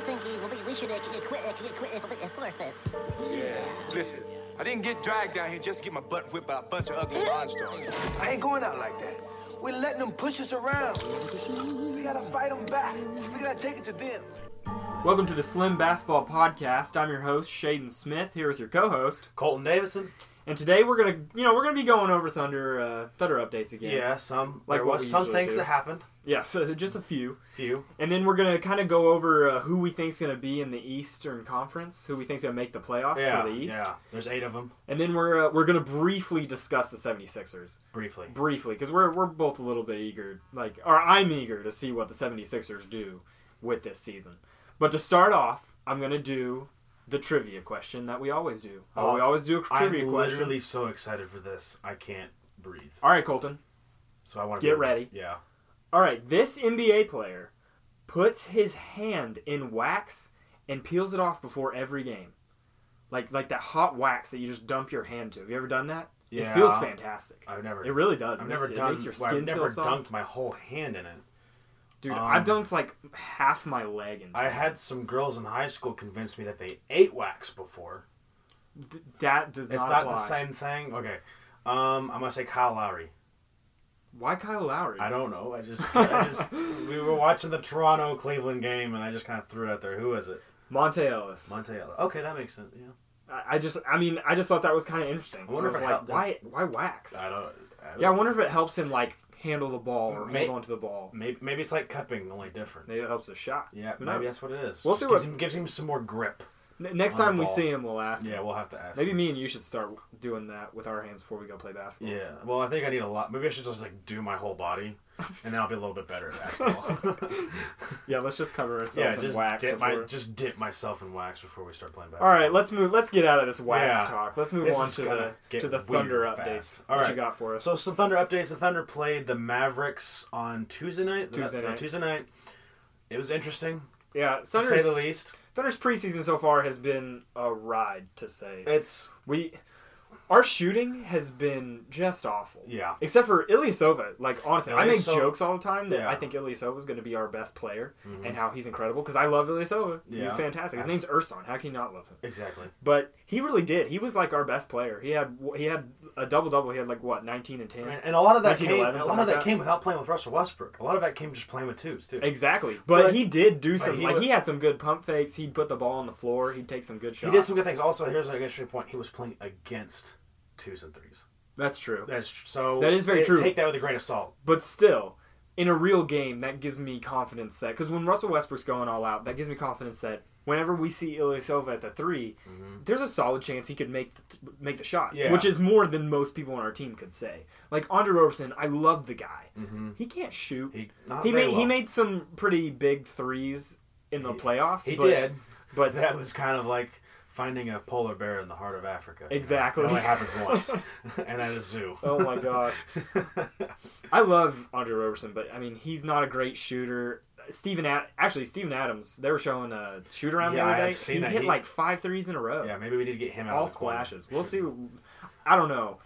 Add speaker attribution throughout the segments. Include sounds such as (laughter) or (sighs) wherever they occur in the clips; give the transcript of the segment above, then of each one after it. Speaker 1: think uh, we- we should uh, quit, uh, quit, uh, forfeit.
Speaker 2: Listen, I didn't get dragged down here just to get my butt whipped by a bunch of ugly monsters. I ain't going out like that. We're letting them push us around. We gotta fight them back. We gotta take it to them.
Speaker 3: Welcome to the Slim Basketball Podcast. I'm your host Shaden Smith here with your co-host,
Speaker 4: Colton Davidson.
Speaker 3: and today we're gonna, you know, we're gonna be going over Thunder uh, Thunder updates again.
Speaker 4: Yeah, some
Speaker 3: Like
Speaker 4: there
Speaker 3: what
Speaker 4: was
Speaker 3: we
Speaker 4: some
Speaker 3: usually
Speaker 4: things
Speaker 3: do.
Speaker 4: that happened.
Speaker 3: yeah. So just a few,
Speaker 4: Few.
Speaker 3: and then we're gonna kind of go over uh, who we think's gonna be in the Eastern Conference, who we think's gonna make the playoffs
Speaker 4: Yeah,
Speaker 3: for the East,
Speaker 4: yeah. There's eight of them.
Speaker 3: and then we're uh, we're gonna briefly discuss the 76ers
Speaker 4: Briefly.
Speaker 3: briefly because we're we're both a little bit eager, like, or I'm eager to see what the 76ers do with this season. But to start off, I'm gonna do. The trivia question that we always do. Uh,
Speaker 4: Oh,
Speaker 3: we always do a trivia
Speaker 4: I'm
Speaker 3: question.
Speaker 4: literally so excited for this. I can't breathe.
Speaker 3: All right, Colton.
Speaker 4: So I want to
Speaker 3: Get ready.
Speaker 4: Yeah.
Speaker 3: All right, this NBA player puts his hand in wax and peels it off before every game. Like like that hot wax that you just dump your hand to. Have you ever done that? It
Speaker 4: Yeah.
Speaker 3: feels fantastic.
Speaker 4: I've never.
Speaker 3: It really does.
Speaker 4: I've
Speaker 3: It
Speaker 4: never
Speaker 3: makes- it
Speaker 4: done.
Speaker 3: makes your
Speaker 4: well,
Speaker 3: skin
Speaker 4: I've never
Speaker 3: feel soft.
Speaker 4: dunked my whole hand in it.
Speaker 3: Dude,
Speaker 4: um,
Speaker 3: I've dunked like half my leg in.
Speaker 4: I had some girls in high school convince me that they ate wax before.
Speaker 3: Th- that does
Speaker 4: It's
Speaker 3: not,
Speaker 4: not, the
Speaker 3: apply.
Speaker 4: same thing. Okay. Um, I'm gonna say Kyle Lowry.
Speaker 3: Why Kyle Lowry?
Speaker 4: I don't know. I just, (laughs) I just, we were watching the Toronto Cleveland game, and I just kind of threw it out there. Who is it?
Speaker 3: Monte Ellis.
Speaker 4: Monte. Ellis. Okay, that makes sense. Yeah.
Speaker 3: I, I just I mean, I just thought that was kind of interesting.
Speaker 4: I wonder
Speaker 3: was
Speaker 4: if it
Speaker 3: like,
Speaker 4: helped-
Speaker 3: why why wax?
Speaker 4: I don't. I don't
Speaker 3: yeah, I wonder if it helps him like handle the ball or
Speaker 4: May-
Speaker 3: hold on to the ball.
Speaker 4: Maybe, maybe it's like cupping, only different.
Speaker 3: Maybe it helps the shot.
Speaker 4: Yeah,
Speaker 3: Who knows?
Speaker 4: maybe that's what it is.
Speaker 3: We'll
Speaker 4: Just
Speaker 3: see
Speaker 4: gives
Speaker 3: what-
Speaker 4: him, gives him some more grip.
Speaker 3: N- next
Speaker 4: on the
Speaker 3: time we
Speaker 4: ball.
Speaker 3: see him, we'll ask.
Speaker 4: Yeah,
Speaker 3: him.
Speaker 4: we'll have to ask.
Speaker 3: Maybe
Speaker 4: him.
Speaker 3: me and you should start doing that with our hands before we go play basketball.
Speaker 4: Yeah. Well, I think I need a lot. Maybe I should just like do my whole body, and then I'll be a little
Speaker 3: (laughs)
Speaker 4: bit better at basketball.
Speaker 3: Yeah, let's just cover ourselves
Speaker 4: yeah,
Speaker 3: in
Speaker 4: just
Speaker 3: wax.
Speaker 4: dip my,
Speaker 3: before-
Speaker 4: just dip myself in wax before we start playing basketball.
Speaker 3: All right, let's move. Let's get out of this wax
Speaker 4: Yeah.
Speaker 3: talk. Let's move
Speaker 4: This
Speaker 3: on
Speaker 4: is
Speaker 3: to
Speaker 4: gonna
Speaker 3: the
Speaker 4: get
Speaker 3: to the
Speaker 4: weird
Speaker 3: Thunder
Speaker 4: fast.
Speaker 3: updates.
Speaker 4: All
Speaker 3: What
Speaker 4: right.
Speaker 3: you got for us?
Speaker 4: So some Thunder updates. The Thunder played the Mavericks on Tuesday night.
Speaker 3: Tuesday
Speaker 4: Uh,
Speaker 3: night.
Speaker 4: Tuesday night. It was interesting,
Speaker 3: yeah,
Speaker 4: to say
Speaker 3: Thunder's,
Speaker 4: the least.
Speaker 3: Thunder's preseason so far has been a ride to say.
Speaker 4: It's
Speaker 3: We our shooting has been just awful.
Speaker 4: Yeah.
Speaker 3: Except for Ilyasova. Like honestly, I make
Speaker 4: Ilyasova-
Speaker 3: jokes all the time that
Speaker 4: Yeah. Mm-hmm.
Speaker 3: I think Ilyasova's going to be our best player and how he's incredible because I love Ilyasova. He's
Speaker 4: Yeah.
Speaker 3: fantastic. His name's Urson. How can you not love him?
Speaker 4: exactly.
Speaker 3: But he really did. He was like our best player. He had he had a double double. He had like what 19 and 10.
Speaker 4: And, and a lot of that came. A
Speaker 3: 1911,
Speaker 4: lot
Speaker 3: something like
Speaker 4: of
Speaker 3: that.
Speaker 4: that, came without playing with Russell Westbrook. A lot of that came just playing with twos too.
Speaker 3: Exactly. But,
Speaker 4: But-
Speaker 3: he did do some
Speaker 4: he
Speaker 3: like
Speaker 4: was-
Speaker 3: he had some good pump fakes. He'd put the ball on the floor. He'd take some good
Speaker 4: He
Speaker 3: shots.
Speaker 4: did some good things. Also, here's an interesting point. He was playing against twos and threes.
Speaker 3: That's true.
Speaker 4: That's tr- so.
Speaker 3: That is very
Speaker 4: eh,
Speaker 3: true.
Speaker 4: Take that with a grain of salt.
Speaker 3: But still, in a real game, that gives me confidence that because when Russell Westbrook's going all out, that gives me confidence that whenever we see Ilyasova at the 3 there's a solid chance he could make the th- make the shot,
Speaker 4: Mm-hmm. Yeah.
Speaker 3: which is more than most people on our team could say. Like Andre Roberson, I love the guy. He can't shoot.
Speaker 4: Mm-hmm. He not
Speaker 3: He
Speaker 4: very
Speaker 3: made
Speaker 4: well.
Speaker 3: he made some pretty big threes in the playoffs.
Speaker 4: He
Speaker 3: but,
Speaker 4: did,
Speaker 3: but
Speaker 4: but that was kind of like finding a polar bear in the heart of Africa. you know?
Speaker 3: Exactly.
Speaker 4: It only happens once, (laughs) and at a zoo.
Speaker 3: Oh my gosh. I love Andre Roberson, but I mean he's not a great shooter. Steven Ad- actually Steven Adams, they were showing a shoot around the
Speaker 4: Yeah, I
Speaker 3: other
Speaker 4: have
Speaker 3: day.
Speaker 4: seen
Speaker 3: he
Speaker 4: that.
Speaker 3: hit
Speaker 4: He-
Speaker 3: like five threes in a row.
Speaker 4: Yeah, maybe we need to get him out.
Speaker 3: all
Speaker 4: of the corner.
Speaker 3: splashes. We'll see. I don't know.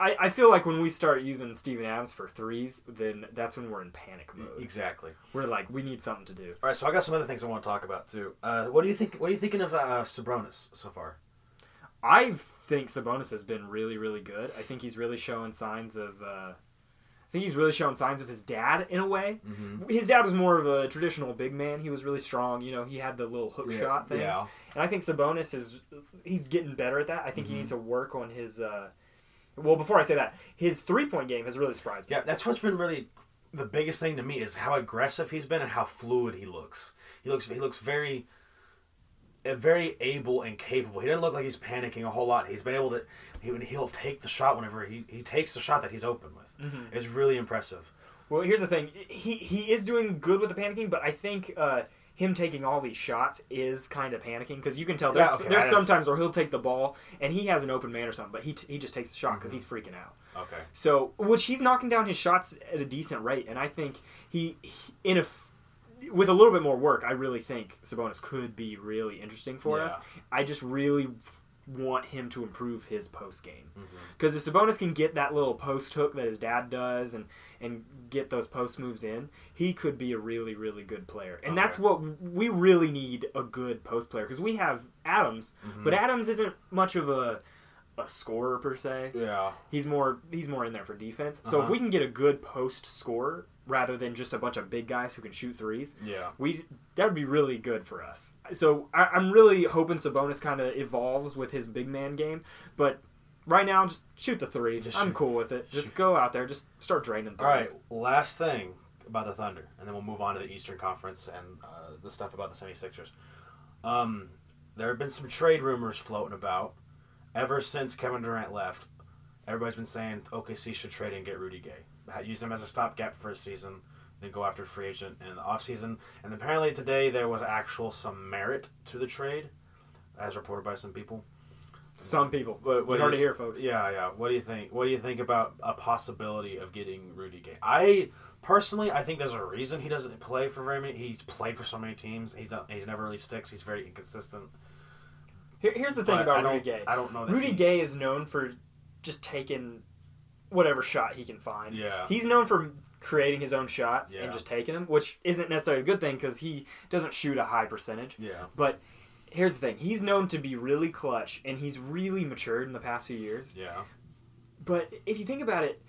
Speaker 3: I, I feel like when we start using Steven Adams for threes, then that's when we're in panic mode.
Speaker 4: Exactly.
Speaker 3: We're like, we need something to do.
Speaker 4: All right, so I got some other things I want to talk about too. Uh, what do you think? What are you thinking of uh, Sabronis so far?
Speaker 3: I think Sabonis has been really, really good. I think he's really showing signs of. Uh, I think he's really showing signs of his dad in a way.
Speaker 4: Mm-hmm.
Speaker 3: His dad was more of a traditional big man. He was really strong. You know, he had the little hook
Speaker 4: Yeah,
Speaker 3: shot thing.
Speaker 4: yeah.
Speaker 3: And I think Sabonis is he's getting better at that. I think
Speaker 4: Mm-hmm.
Speaker 3: he needs to work on his. Uh, well, before I say that, his three point game has really surprised me.
Speaker 4: Yeah, that's what's been really the biggest thing to me is how aggressive he's been and how fluid he looks. He looks he looks very uh, very able and capable. He doesn't look like he's panicking a whole lot. He's been able to he, he'll take the shot whenever he, he takes the shot that he's open with. It's really impressive.
Speaker 3: Well, here's the thing. He he is doing good with the panicking, but I think uh, him taking all these shots is kind of panicking because you can tell
Speaker 4: Yeah,
Speaker 3: there's
Speaker 4: okay,
Speaker 3: there's
Speaker 4: that is-
Speaker 3: sometimes where he'll take the ball and he has an open man or something, but he t- he just takes the shot
Speaker 4: Mm-hmm.
Speaker 3: because he's freaking out.
Speaker 4: Okay.
Speaker 3: So, which he's knocking down his shots at a decent rate, and I think he, he- in a f- with a little bit more work, I really think Sabonis could be really interesting for us. I just really want him to improve his post game.
Speaker 4: Mm-hmm.
Speaker 3: Because if Sabonis can get that little post hook that his dad does and and get those post moves in, he could be a really really good player. And that's
Speaker 4: Okay.
Speaker 3: what we really need a good post player because we have Adams,
Speaker 4: Mm-hmm.
Speaker 3: but Adams isn't much of a a scorer per se.
Speaker 4: Yeah.
Speaker 3: He's more he's more in there for defense. So
Speaker 4: Uh-huh.
Speaker 3: if we can get a good post scorer rather than just a bunch of big guys who can shoot threes,
Speaker 4: Yeah.
Speaker 3: we that would be really good for us. So I, I'm really hoping Sabonis kind of evolves with his big man game, but right now just shoot the three.
Speaker 4: Just
Speaker 3: I'm
Speaker 4: shoot.
Speaker 3: cool with it. Just go out there, just start draining threes.
Speaker 4: All right. Last thing about the Thunder, and then we'll move on to the Eastern Conference and uh, the stuff about the 76ers. Um, there have been some trade rumors floating about ever since Kevin Durant left. Everybody's been saying OKC should trade and get Rudy Gay, Ha- use him as a stopgap for a season, then go after a free agent in the offseason. And apparently today there was actual some merit to the trade, as reported by some people.
Speaker 3: Some people,
Speaker 4: What, what
Speaker 3: you
Speaker 4: do
Speaker 3: heard
Speaker 4: you-
Speaker 3: it here, folks.
Speaker 4: Yeah, yeah. What do you think? What do you think about a possibility of getting Rudy Gay? I personally, I think there's a reason he doesn't play for very many. He's played for so many teams. He's not, he's never really sticks. He's very inconsistent.
Speaker 3: Here, here's the thing
Speaker 4: But I
Speaker 3: about
Speaker 4: don't-
Speaker 3: Rudy Gay.
Speaker 4: I don't know that
Speaker 3: Rudy
Speaker 4: he-
Speaker 3: Gay is known for just taking whatever shot he can find.
Speaker 4: Yeah.
Speaker 3: He's known for creating his own shots
Speaker 4: Yeah.
Speaker 3: and just taking them, which isn't necessarily a good thing because he doesn't shoot a high percentage.
Speaker 4: Yeah.
Speaker 3: But here's the thing: he's known to be really clutch, and he's really matured in the past few years.
Speaker 4: Yeah.
Speaker 3: But if you think about it,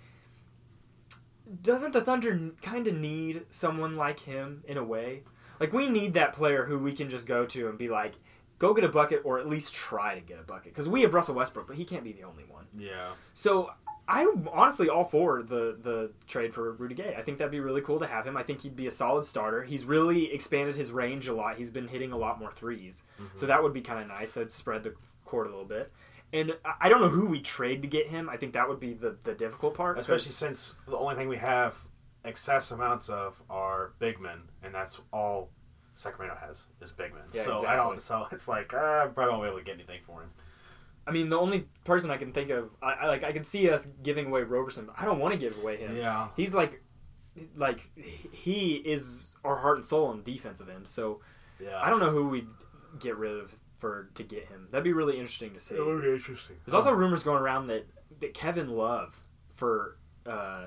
Speaker 3: doesn't the Thunder kind of need someone like him in a way? Like we need that player who we can just go to and be like, go get a bucket, or at least try to get a bucket. Because we have Russell Westbrook, but he can't be the only one.
Speaker 4: Yeah.
Speaker 3: So I'm honestly all for the the trade for Rudy Gay. I think that'd be really cool to have him. I think he'd be a solid starter. He's really expanded his range a lot. He's been hitting a lot more 3s
Speaker 4: Mm-hmm.
Speaker 3: so that would be kind of nice. That'd spread the court a little bit. And I- I don't know who we trade to get him. I think that would be the, the difficult part. 'cause-
Speaker 4: Especially since the only thing we have excess amounts of are big men, and that's all Sacramento has is big men.
Speaker 3: Yeah,
Speaker 4: so I
Speaker 3: exactly.
Speaker 4: don't. So it's like uh, I probably won't be able to get anything for him.
Speaker 3: I mean, the only person I can think of, I, I like, I can see us giving away Roberson, but I don't want to give away him.
Speaker 4: Yeah.
Speaker 3: he's like, like he is our heart and soul on the defensive end. So
Speaker 4: Yeah.
Speaker 3: I don't know who we'd get rid of for to get him. That'd be really interesting to see.
Speaker 4: It would be interesting.
Speaker 3: There's also rumors going around that, that Kevin Love for uh,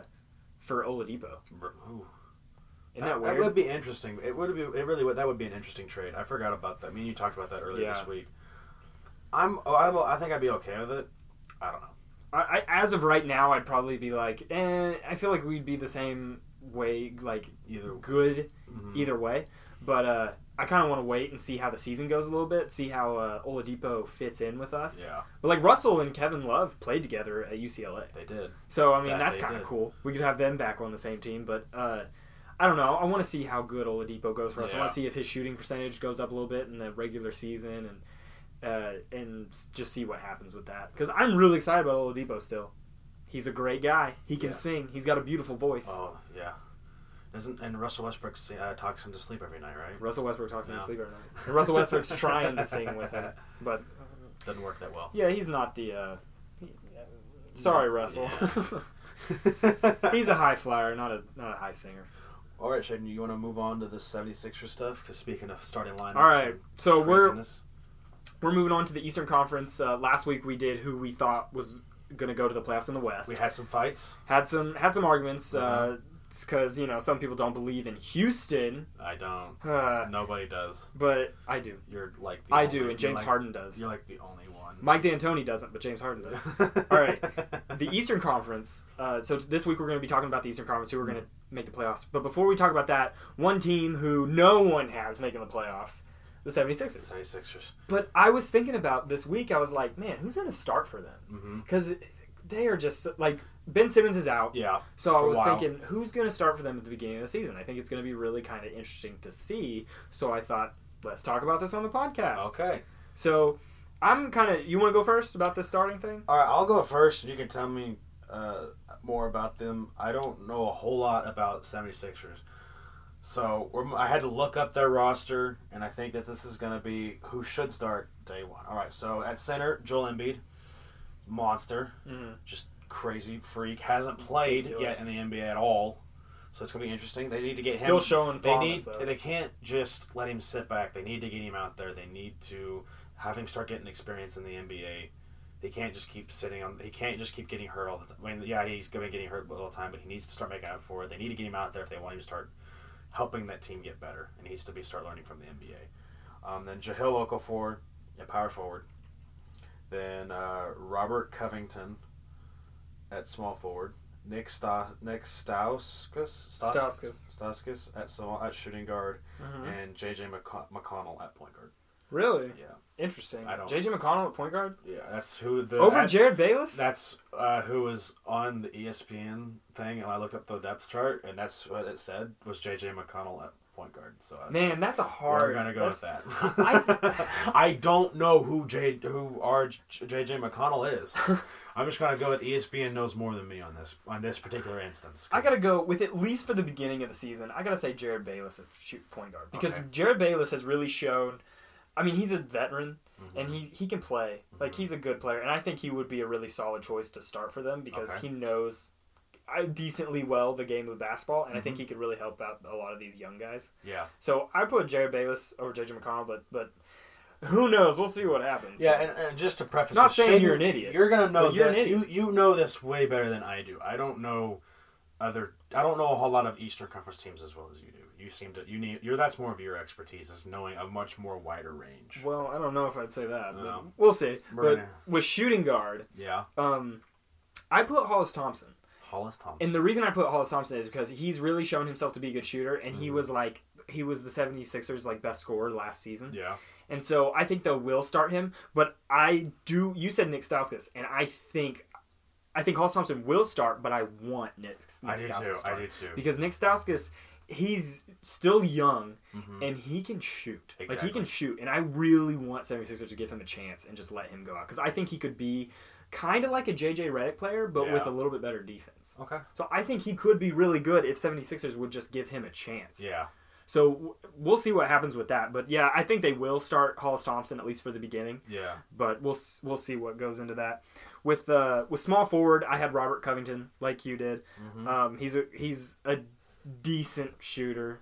Speaker 3: for Oladipo.
Speaker 4: Ooh.
Speaker 3: Isn't that
Speaker 4: That
Speaker 3: weird?
Speaker 4: would be interesting. It would be. It really would. That would be an interesting trade. I forgot about that. I mean, you talked about that earlier
Speaker 3: Yeah.
Speaker 4: this week. I'm. Oh, I'm. I think I'd be okay with it. I don't know.
Speaker 3: I, I, as of right now, I'd probably be like, eh, I feel like we'd be the same way, like
Speaker 4: Either. mm-hmm.
Speaker 3: good either way. But uh, I kind of want to wait and see how the season goes a little bit, see how uh, Oladipo fits in with us.
Speaker 4: Yeah,
Speaker 3: But like Russell and Kevin Love played together at UCLA.
Speaker 4: they did.
Speaker 3: So I mean
Speaker 4: That
Speaker 3: that's
Speaker 4: they
Speaker 3: kind of
Speaker 4: did.
Speaker 3: cool. We could have them back on the same team, but uh, I don't know. I want to see how good Oladipo goes for us. I
Speaker 4: Yeah.
Speaker 3: want to see if his shooting percentage goes up a little bit in the regular season and uh, and s- just see what happens with that. Because I'm really excited about Oladipo still. He's a great guy. He can
Speaker 4: Yeah.
Speaker 3: sing. He's got a beautiful voice.
Speaker 4: Oh yeah. Doesn't and Russell Westbrook sing- uh, talks him to sleep every night, right?
Speaker 3: Russell Westbrook talks in his
Speaker 4: No.
Speaker 3: sleep every night.
Speaker 4: (laughs)
Speaker 3: And Russell Westbrook's trying to sing with him, but
Speaker 4: Doesn't work that (laughs) well.
Speaker 3: yeah, he's not the. Uh, he- sorry, Russell. (laughs) he's a high flyer, not a not a high singer.
Speaker 4: All right, Shaden, you want to move on to the 76er stuff? Because speaking of starting lineups,
Speaker 3: All right,
Speaker 4: and
Speaker 3: so we're
Speaker 4: craziness.
Speaker 3: we're moving on to the Eastern Conference. Uh, last week we did who we thought was going to go to the playoffs in the West.
Speaker 4: we had Uh-huh. some fights.
Speaker 3: had some had some arguments because you know some people don't believe in Houston,
Speaker 4: I don't.
Speaker 3: uh,
Speaker 4: Nobody does.
Speaker 3: but I do.
Speaker 4: You're like. The
Speaker 3: I
Speaker 4: only-
Speaker 3: do,
Speaker 4: you're
Speaker 3: and James
Speaker 4: like-
Speaker 3: Harden does.
Speaker 4: You're like the only one.
Speaker 3: Mike D'Antoni doesn't, but James Harden does.
Speaker 4: (laughs)
Speaker 3: All right. the Eastern Conference. Uh, so t- this week we're going to be talking about the Eastern Conference, who are going to make the playoffs. But before we talk about that, one team who no one has making the playoffs, the 76ers.
Speaker 4: 76ers.
Speaker 3: But I was thinking about this week. I was like, man, who's going to start for
Speaker 4: Mm-hmm.
Speaker 3: them? Because they are just like Ben Simmons is out.
Speaker 4: Yeah.
Speaker 3: So I
Speaker 4: for a
Speaker 3: was
Speaker 4: while.
Speaker 3: thinking, who's going to start for them at the beginning of the season? I think it's going to be really kind of interesting to see. So I thought, let's talk about this on the podcast.
Speaker 4: Okay.
Speaker 3: So I'm kind of. You want to go first about this starting thing?
Speaker 4: All right, I'll go first. and You can tell me uh, more about them. I don't know a whole lot about 76ers. So we're, I had to look up their roster, and I think that this is going to be who should start day one. All right, so at center, Joel Embiid, monster,
Speaker 3: Mhm.
Speaker 4: just crazy freak, hasn't played
Speaker 3: Ridiculous.
Speaker 4: yet in the NBA at all. So it's going to be interesting. They need to get
Speaker 3: Still
Speaker 4: him.
Speaker 3: showing
Speaker 4: They
Speaker 3: promise,
Speaker 4: need.
Speaker 3: though.
Speaker 4: They can't just let him sit back. They need to get him out there. They need to have him start getting experience in the NBA. He can't just keep sitting on. He can't just keep getting hurt all the time. I mean, yeah, he's going to be getting hurt all the time, but he needs to start making up for it. They need to get him out there if they want him to start helping that team get better. And he needs to be start learning from the NBA. Um, then Jahil Okafor, at power forward. Then uh, Robert Covington at small forward. Nick Stas Nick Stauskas
Speaker 3: Stauskas. Mm-hmm.
Speaker 4: Stauskas at small at shooting guard, and JJ McCon- McConnell at point guard.
Speaker 3: Really?
Speaker 4: Yeah,
Speaker 3: Interesting.
Speaker 4: I don't-
Speaker 3: JJ McConnell at point guard
Speaker 4: yeah, that's who the
Speaker 3: over
Speaker 4: that's-
Speaker 3: Jared Bayless.
Speaker 4: That's uh, who was on the E ESPN thing, and I looked up the depth chart, and that's what it said was JJ McConnell at point guard. So I was
Speaker 3: man, that's a
Speaker 4: like,
Speaker 3: hard.
Speaker 4: we're gonna go
Speaker 3: that's-
Speaker 4: with that. (laughs) I don't know who J who our J- JJ
Speaker 3: (laughs)
Speaker 4: McConnell is. I'm just gonna go with E ESPN knows more than me on this on this particular instance. 'cause-
Speaker 3: I gotta go with at least for the beginning of the season. I gotta say Jared Bayless at shoot point guard because
Speaker 4: Okay.
Speaker 3: Jared Bayless has really shown. I mean, he's a veteran
Speaker 4: Mm-hmm.
Speaker 3: and he he can play. Like he's a good player, and I think he would be a really solid choice to start for them because
Speaker 4: Okay.
Speaker 3: he knows uh, decently well the game of basketball, and I
Speaker 4: Mm-hmm.
Speaker 3: think he could really help out a lot of these young guys.
Speaker 4: yeah
Speaker 3: So I put Jared Bayless over JJ McConnell, but but who knows? We'll see what happens.
Speaker 4: yeah, and, and just to preface,
Speaker 3: Not
Speaker 4: this,
Speaker 3: saying you're an
Speaker 4: shouldn't-
Speaker 3: idiot,
Speaker 4: You're gonna know
Speaker 3: but you're an
Speaker 4: that-
Speaker 3: idiot.
Speaker 4: you you know this way better than I do. I don't know other. I don't know a whole lot of Eastern Conference teams as well as you do. You seem to you need you're that's more of your expertise is knowing a much more wider range.
Speaker 3: Well, I don't know if I'd say that. But
Speaker 4: No.
Speaker 3: We'll see.
Speaker 4: We're
Speaker 3: But
Speaker 4: gonna-
Speaker 3: with shooting guard,
Speaker 4: Yeah,
Speaker 3: um, I put Hollis Thompson.
Speaker 4: Hollis Thompson.
Speaker 3: And the reason I put Hollis Thompson is because he's really shown himself to be a good shooter, and he was like he was the 76ers like best scorer last season.
Speaker 4: yeah,
Speaker 3: And so I think they will start him, but I do you said Nick Stauskas, and I think I think Hollis Thompson will start, but I want Nick, Nick
Speaker 4: I do
Speaker 3: Stauskas
Speaker 4: too, I
Speaker 3: to start.
Speaker 4: do too.
Speaker 3: Because Nick Stauskas he's still young and he can shoot. Like he
Speaker 4: Mm-hmm. Exactly.
Speaker 3: can shoot and I really want 76ers to give him a chance and just let him go out cuz I think he could be kind of like a JJ Redick player but with
Speaker 4: Yeah.
Speaker 3: a little bit better defense. (laughs)
Speaker 4: okay,
Speaker 3: So I think he could be really good if 76ers would just give him a chance.
Speaker 4: yeah.
Speaker 3: So w- we'll see what happens with that. But yeah, I think they will start Hollis Thompson at least for the beginning.
Speaker 4: Yeah.
Speaker 3: But we'll s- we'll see what goes into that. With uh, with small forward, I had Robert Covington like you did.
Speaker 4: Mm-hmm.
Speaker 3: Um, he's a he's a decent shooter.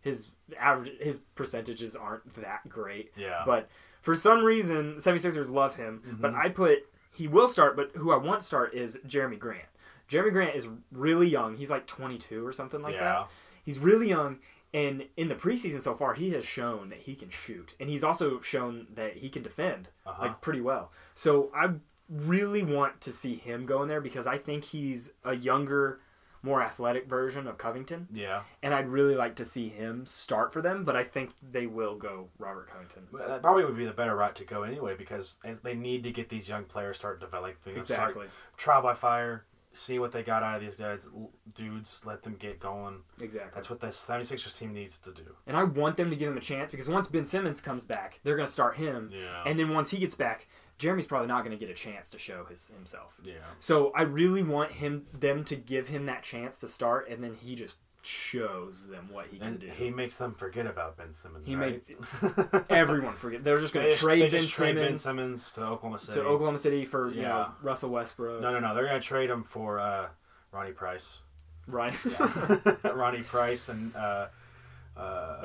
Speaker 3: His average his percentages aren't that great.
Speaker 4: Yeah. Mm-hmm.
Speaker 3: But for some reason, 76ers love him. But I put he will start, but who I want to start is Jeremy Grant. Jeremy Grant is really young. He's like 22 or something like
Speaker 4: Yeah.
Speaker 3: that. He's really young, and in the preseason so far, he has shown that he can shoot, and he's also shown that he can defend
Speaker 4: Uh-huh.
Speaker 3: like pretty well. So I really want to see him go in there because I think he's a younger, more athletic version of Covington,
Speaker 4: Yeah.
Speaker 3: and I'd really like to see him start for them. But I think they will go Robert Covington.
Speaker 4: But That probably would be the better route to go anyway because they need to get these young players start developing. start
Speaker 3: Exactly.
Speaker 4: trial by fire, see what they got out of these guys, l- dudes, let them get going.
Speaker 3: Exactly.
Speaker 4: That's what the 76ers team needs to do.
Speaker 3: And I want them to give him a chance because once Ben Simmons comes back, they're going to start him.
Speaker 4: Yeah.
Speaker 3: And then once he gets back, Jeremy's probably not going to get a chance to show his himself.
Speaker 4: Yeah.
Speaker 3: So I really want him them to give him that chance to start, and then he just shows them what he can
Speaker 4: And
Speaker 3: do.
Speaker 4: he makes them forget about Ben Simmons.
Speaker 3: He
Speaker 4: right?
Speaker 3: (laughs)
Speaker 4: (laughs)
Speaker 3: Everyone forget they're just
Speaker 4: They
Speaker 3: going to
Speaker 4: just-
Speaker 3: trade
Speaker 4: they
Speaker 3: Ben
Speaker 4: just trade Ben
Speaker 3: Simmons
Speaker 4: Simmons to Oklahoma City.
Speaker 3: to Oklahoma City for you know
Speaker 4: Yeah.
Speaker 3: Russell Westbrook,
Speaker 4: No, no, no. They're going to trade him for uh, Ronnie Price.
Speaker 3: Ryan
Speaker 4: (laughs) Ronnie Price and uh,
Speaker 3: (laughs)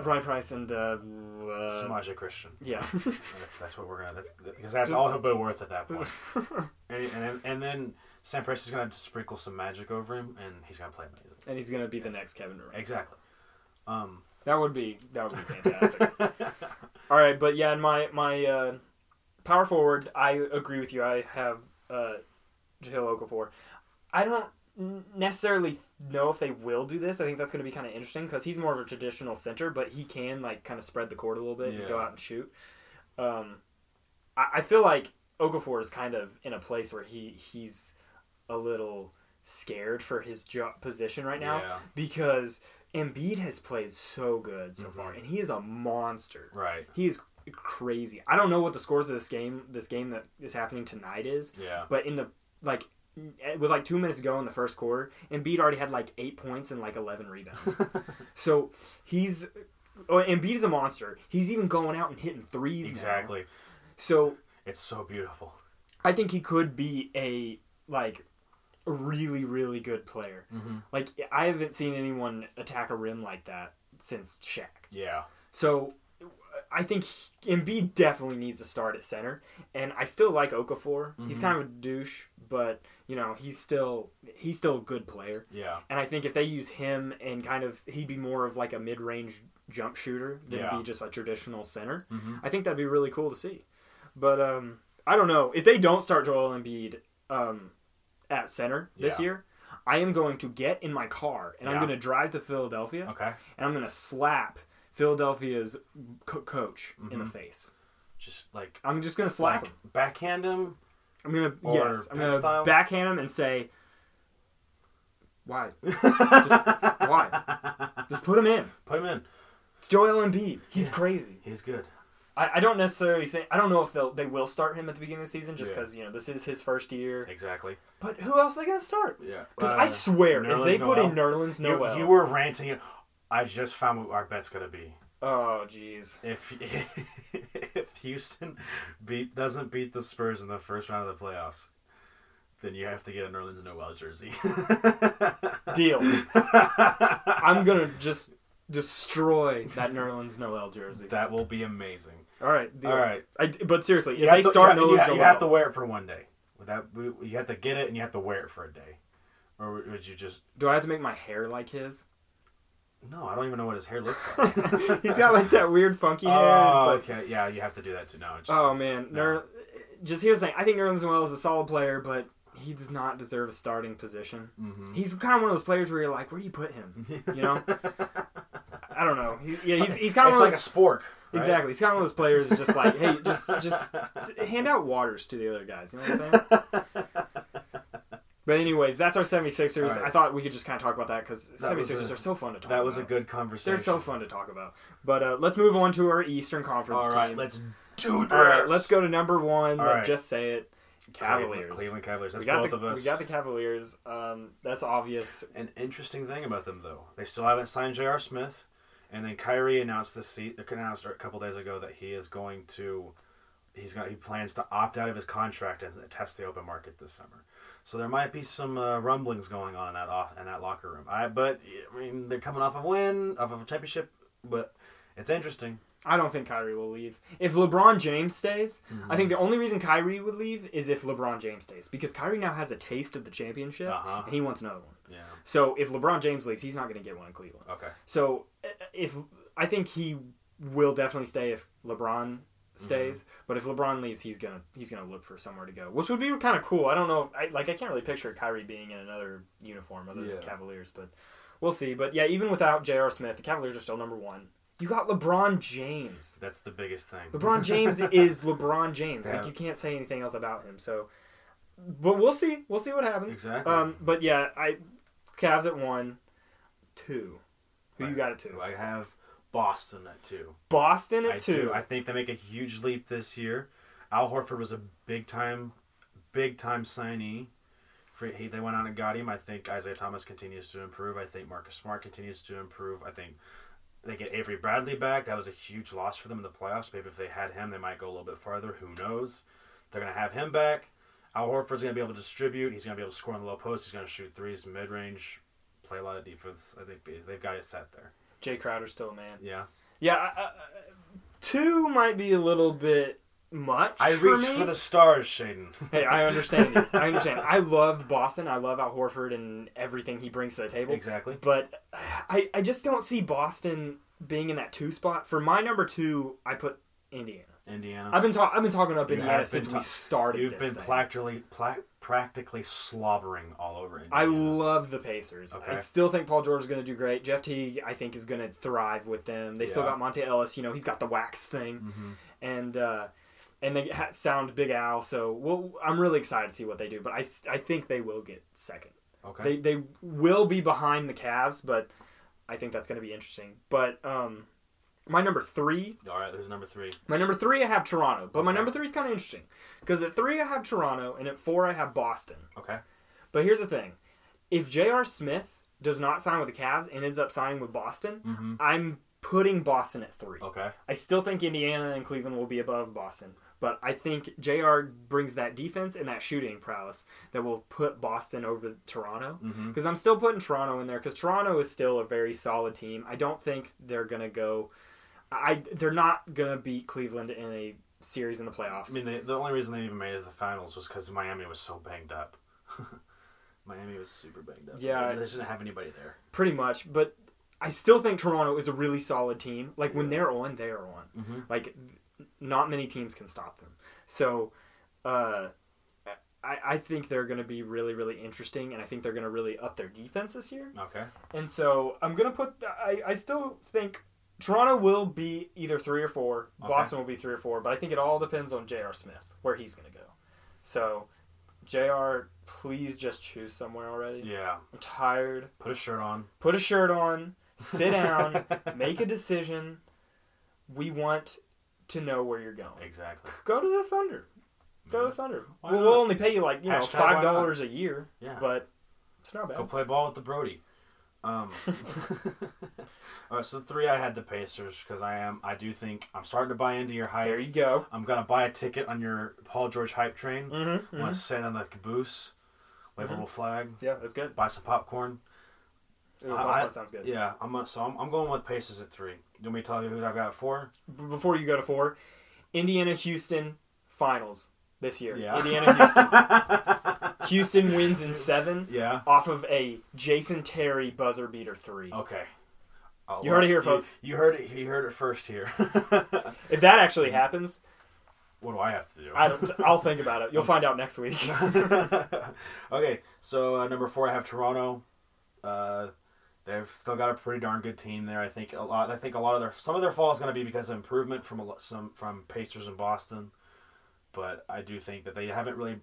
Speaker 3: Ryan Price, and uh, uh,
Speaker 4: Samaje Christian.
Speaker 3: yeah. (laughs)
Speaker 4: That's, that's what we're gonna. That's because that's all he'll be worth
Speaker 3: (laughs)
Speaker 4: at that point. and, and and then Sam Price is gonna sprinkle some magic over him, and he's gonna play amazing.
Speaker 3: and he's going to be the next Kevin Durant.
Speaker 4: Exactly.
Speaker 3: That would be that would be fantastic. (laughs) All right, but yeah, in my my uh, power forward, I agree with you. I have uh, Jahlil Okafor. I don't n- necessarily know if they will do this. I think that's going to be kind of interesting because he's more of a traditional center, but he can like kind of spread the court a little bit
Speaker 4: Yeah.
Speaker 3: and go out and shoot. Um, I, I feel like Okafor is kind of in a place where he he's a little scared for his job position right now
Speaker 4: Yeah.
Speaker 3: because Embiid has played so good so far, and he is a monster.
Speaker 4: Mm-hmm. Right.
Speaker 3: He is crazy. I don't know what the scores of this game, this game that is happening tonight, is.
Speaker 4: Yeah.
Speaker 3: But in the like, eh, with like two minutes to go in the first quarter, Embiid already had like eight points and like eleven
Speaker 4: (laughs)
Speaker 3: rebounds. so he's. Oh, Embiid is a monster. He's even going out and hitting threes. now.
Speaker 4: Exactly.
Speaker 3: So
Speaker 4: It's so beautiful.
Speaker 3: I think he could be a like a really really good player. Like I haven't seen anyone attack a rim like that since Shaq.
Speaker 4: Yeah.
Speaker 3: So I think he- Embiid definitely needs to start at center, and I still like Okafor. He's kind of a douche, but you know he's still he's still a good player.
Speaker 4: Yeah.
Speaker 3: And I think if they use him and kind of he'd be more of like a mid range jump shooter than
Speaker 4: Yeah. Mm-hmm.
Speaker 3: be just a traditional center. I think that'd be really cool to see. But um, I don't know if they don't start Joel Embiid um, at center this
Speaker 4: Yeah.
Speaker 3: year. I am going to get in my car and I'm
Speaker 4: Yeah.
Speaker 3: going to drive to Philadelphia
Speaker 4: Okay.
Speaker 3: and I'm going to slap Philadelphia's co- coach in the face.
Speaker 4: Just like
Speaker 3: I'm just going to slap
Speaker 4: Mm-hmm. like
Speaker 3: him.
Speaker 4: backhand him.
Speaker 3: I'm gonna
Speaker 4: Or
Speaker 3: yes, I'm gonna
Speaker 4: style?
Speaker 3: backhand him and say,
Speaker 4: (laughs)
Speaker 3: why, just, why, just put him in.
Speaker 4: Put him in.
Speaker 3: It's Joel Embiid. He's crazy.
Speaker 4: He's good.
Speaker 3: I, I don't necessarily think I don't know if they'll they will start him at the beginning of the season just
Speaker 4: Yeah.
Speaker 3: because you know this is his first year.
Speaker 4: Exactly.
Speaker 3: But who else are they gonna start?
Speaker 4: Yeah.
Speaker 3: Because
Speaker 4: Uh,
Speaker 3: I swear if
Speaker 4: Nerlens
Speaker 3: they put in
Speaker 4: Noel.
Speaker 3: Nerlens
Speaker 4: You-
Speaker 3: Noel,
Speaker 4: You, were ranting. I just found what our bet's gonna be.
Speaker 3: oh jeez.
Speaker 4: If (laughs) if Houston beat doesn't beat the Spurs in the first round of the playoffs, then you have to get a Nerlens Noel jersey. (laughs)
Speaker 3: Deal. I'm gonna just destroy that Nerlens Noel jersey.
Speaker 4: that will be amazing.
Speaker 3: all right, deal.
Speaker 4: All right.
Speaker 3: I, but seriously, if
Speaker 4: You
Speaker 3: they
Speaker 4: have to-
Speaker 3: start
Speaker 4: you, have,
Speaker 3: Nerlens
Speaker 4: you,
Speaker 3: Noel,
Speaker 4: have to wear it for one day. Would that you have to get it and you have to wear it for a day, or would you just?
Speaker 3: do I have to make my hair like his? (laughs)
Speaker 4: No, I don't even know what his hair looks like.
Speaker 3: He's got like that weird funky hair. and
Speaker 4: Oh,
Speaker 3: it's like,
Speaker 4: okay. (laughs) Yeah, you have to do that too. No, it's,
Speaker 3: Oh man, Ner- just here's the thing. I think Nerlens Noel is a solid player, but he does not deserve a starting position.
Speaker 4: Mm-hmm.
Speaker 3: He's kind of one of those players where you're like, where do you put him? You know,
Speaker 4: (laughs)
Speaker 3: I don't know. He, yeah, he's, he's kind of
Speaker 4: it's
Speaker 3: one of
Speaker 4: like a
Speaker 3: those,
Speaker 4: spork. right?
Speaker 3: exactly. He's kind of one of those players that's just like, hey, just just hand out waters to the other guys. You know what I'm saying?
Speaker 4: (laughs)
Speaker 3: But anyways, that's our 76ers.
Speaker 4: All right.
Speaker 3: I thought we could just kind of talk about that because
Speaker 4: That was
Speaker 3: 76ers
Speaker 4: a-
Speaker 3: are so fun to talk
Speaker 4: That was a
Speaker 3: about.
Speaker 4: good conversation.
Speaker 3: They're so fun to talk about. But uh, let's move on to our Eastern Conference
Speaker 4: All right,
Speaker 3: teams.
Speaker 4: let's do this.
Speaker 3: All right, let's go to number one.
Speaker 4: All
Speaker 3: Let-
Speaker 4: right.
Speaker 3: Just say it. Cavaliers.
Speaker 4: Cleveland, Cleveland Cavaliers. That's
Speaker 3: We got,
Speaker 4: both
Speaker 3: the,
Speaker 4: of us.
Speaker 3: we got the Cavaliers. Um, that's obvious.
Speaker 4: An interesting thing about them, though, they still haven't signed J.R. Smith, and then Kyrie announced this se- uh, announced a couple days ago that he is going to he's got he plans to opt out of his contract and test the open market this summer. So there might be some uh, rumblings going on in that off in that locker room. I but I mean they're coming off a win, off of a championship, but it's interesting.
Speaker 3: I don't think Kyrie will leave. If LeBron James stays, I
Speaker 4: Mm-hmm.
Speaker 3: think the only reason Kyrie would leave is if LeBron James stays because Kyrie now has a taste of the championship
Speaker 4: Uh-huh.
Speaker 3: and he wants another one.
Speaker 4: Yeah.
Speaker 3: So if LeBron James leaves, he's not going to get one in Cleveland.
Speaker 4: Okay.
Speaker 3: So uh, if I think he will definitely stay if LeBron stays,
Speaker 4: Mm-hmm.
Speaker 3: but if LeBron leaves, he's gonna he's gonna look for somewhere to go, which would be kind of cool. I don't know, I, like I can't really picture Kyrie being in another uniform other
Speaker 4: Yeah.
Speaker 3: than Cavaliers, but we'll see. But yeah, even without J.R. Smith, the Cavaliers are still number one. You got LeBron James.
Speaker 4: That's the biggest thing.
Speaker 3: LeBron James is LeBron James. Like
Speaker 4: Yeah.
Speaker 3: you can't say anything else about him. So, but we'll see. We'll see what happens.
Speaker 4: Exactly.
Speaker 3: Um, but yeah, I Cavs at one, two. Who you
Speaker 4: Right.
Speaker 3: got at two?
Speaker 4: (laughs) I have Boston at two.
Speaker 3: Boston
Speaker 4: I
Speaker 3: at two.
Speaker 4: do. I think they make a huge leap this year. Al Horford was a big time, big time signee. Free, he, they went out and got him. I think Isaiah Thomas continues to improve. I think Marcus Smart continues to improve. I think they get Avery Bradley back. That was a huge loss for them in the playoffs. Maybe if they had him, they might go a little bit farther. Who knows? They're gonna have him back. Al Horford's gonna be able to distribute. He's gonna be able to score on the low post. He's gonna shoot threes, mid range, play a lot of defense. I think they- they've got it set there.
Speaker 3: Jay Crowder's still a man.
Speaker 4: Yeah.
Speaker 3: Yeah, I, I, two might be a little bit much.
Speaker 4: I
Speaker 3: for
Speaker 4: reached
Speaker 3: me.
Speaker 4: for the stars, Shaden. (laughs)
Speaker 3: Hey, I understand you. I understand. I love Boston. I love Al Horford and everything he brings to the table.
Speaker 4: Exactly.
Speaker 3: But I, I just don't see Boston being in that two spot. For my number two, I put Indiana.
Speaker 4: Indiana.
Speaker 3: I've been ta- I've been talking up
Speaker 4: You have
Speaker 3: Indiana
Speaker 4: been
Speaker 3: since
Speaker 4: ta-
Speaker 3: we started.
Speaker 4: You've
Speaker 3: this
Speaker 4: been
Speaker 3: thing.
Speaker 4: practically pla- practically slobbering all over Indiana.
Speaker 3: I love the Pacers. I
Speaker 4: Okay.
Speaker 3: still think Paul George is going to do great. Jeff Teague, I think, is going to thrive with them. They still
Speaker 4: Yeah.
Speaker 3: got
Speaker 4: Mm-hmm.
Speaker 3: Monte Ellis. You know, he's got the wax thing, and uh, and they ha- sound Big Al. So we'll, I'm really excited to see what they do. But I, s- I think they will get second. They
Speaker 4: okay.
Speaker 3: they will be behind the Cavs, but I think that's going to be interesting. But um, my number three,
Speaker 4: all right, there's number three.
Speaker 3: my number three, I have Toronto. But my
Speaker 4: Okay.
Speaker 3: number three is kind of interesting because at three I have Toronto, and at four I have Boston.
Speaker 4: Okay.
Speaker 3: But here's the thing: if J.R. Smith does not sign with the Cavs and ends up signing with Boston, I'm putting Boston at three.
Speaker 4: Mm-hmm. Okay.
Speaker 3: I still think Indiana and Cleveland will be above Boston, but I think Jr. brings that defense and that shooting prowess that will put Boston over Toronto. Because
Speaker 4: Mm-hmm.
Speaker 3: I'm still putting Toronto in there because Toronto is still a very solid team. I don't think they're gonna go. I they're not gonna beat Cleveland in a series in the playoffs.
Speaker 4: I mean, they, the only reason they even made it to the finals was because Miami was so banged up. (laughs) Miami was super banged up.
Speaker 3: Yeah.
Speaker 4: they, just didn't have anybody there.
Speaker 3: pretty much. But I still think Toronto is a really solid team. Like when they're on, they're on.
Speaker 4: Mm-hmm.
Speaker 3: Like th- not many teams can stop them. So uh, I, I think they're going to be really, really interesting, and I think they're going to really up their defense this year.
Speaker 4: Okay.
Speaker 3: And so I'm going to put. I, I still think. Toronto will be either three or four.
Speaker 4: Okay.
Speaker 3: Boston will be three or four, but I think it all depends on J.R. Smith where he's going to go. So, J.R., please just choose somewhere already.
Speaker 4: Yeah.
Speaker 3: I'm tired
Speaker 4: Put a shirt on.
Speaker 3: put a shirt on, sit
Speaker 4: (laughs)
Speaker 3: down, make a decision. We want to know where you're going.
Speaker 4: Exactly.
Speaker 3: Go to the Thunder. Go to the Thunder.
Speaker 4: Why
Speaker 3: Well,
Speaker 4: not?
Speaker 3: we'll only pay you like you know
Speaker 4: Hashtag
Speaker 3: five
Speaker 4: why not?
Speaker 3: dollars a year.
Speaker 4: Yeah.
Speaker 3: but it's not bad.
Speaker 4: Go play ball with the Brody. Um, (laughs) all right, so three, I had the Pacers because I am. I do think I'm starting to buy into your hype.
Speaker 3: There you go.
Speaker 4: I'm gonna buy a ticket on your Paul George hype train.
Speaker 3: Mm-hmm.
Speaker 4: I'm gonna sit on the caboose, wave a little flag,
Speaker 3: Yeah, that's good.
Speaker 4: buy some popcorn.
Speaker 3: Ooh,
Speaker 4: I-
Speaker 3: Popcorn
Speaker 4: I-
Speaker 3: sounds good.
Speaker 4: Yeah, I'm gonna, so I'm, I'm going with Pacers at three. Do me to tell you who I've got at four?
Speaker 3: B- Before you go to four, Indiana Houston finals this year.
Speaker 4: Yeah.
Speaker 3: Indiana Houston.
Speaker 4: (laughs)
Speaker 3: Houston wins in seven
Speaker 4: Yeah.
Speaker 3: off of a Jason Terry buzzer beater three.
Speaker 4: Okay. I'll-
Speaker 3: You heard it here, folks.
Speaker 4: You, heard it. You heard it first here. (laughs)
Speaker 3: If that actually
Speaker 4: Mm-hmm.
Speaker 3: happens,
Speaker 4: what do I have to do?
Speaker 3: I don't. I'll think about it. You'll
Speaker 4: (laughs) Um,
Speaker 3: find out next week.
Speaker 4: okay, so uh, number four, I have Toronto. Uh, they've still got a pretty darn good team there. I think a lot. I think a lot of their some of their fall is going to be because of improvement from a, lo- some from Pacers in Boston, but I do think that they haven't really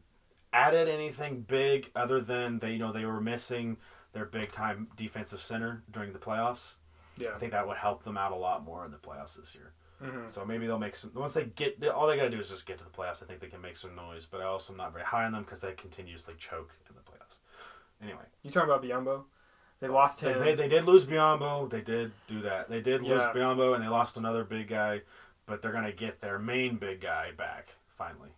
Speaker 4: added anything big other than they you know they were missing their big time defensive center during the playoffs.
Speaker 3: Yeah.
Speaker 4: I think that would help them out a lot more in the playoffs this year.
Speaker 3: Mhm.
Speaker 4: So maybe they'll make some. Once they get, they- all they gotta do is just get to the playoffs. I think they can make some noise. But I also am not very high on them because they continuously choke in the playoffs. Anyway,
Speaker 3: You talking about Biombo? They lost
Speaker 4: they,
Speaker 3: him.
Speaker 4: they, they did lose Biombo. They did do that. They did lose
Speaker 3: Yeah.
Speaker 4: Biombo, and they lost another big guy. But they're gonna get their main big guy back finally.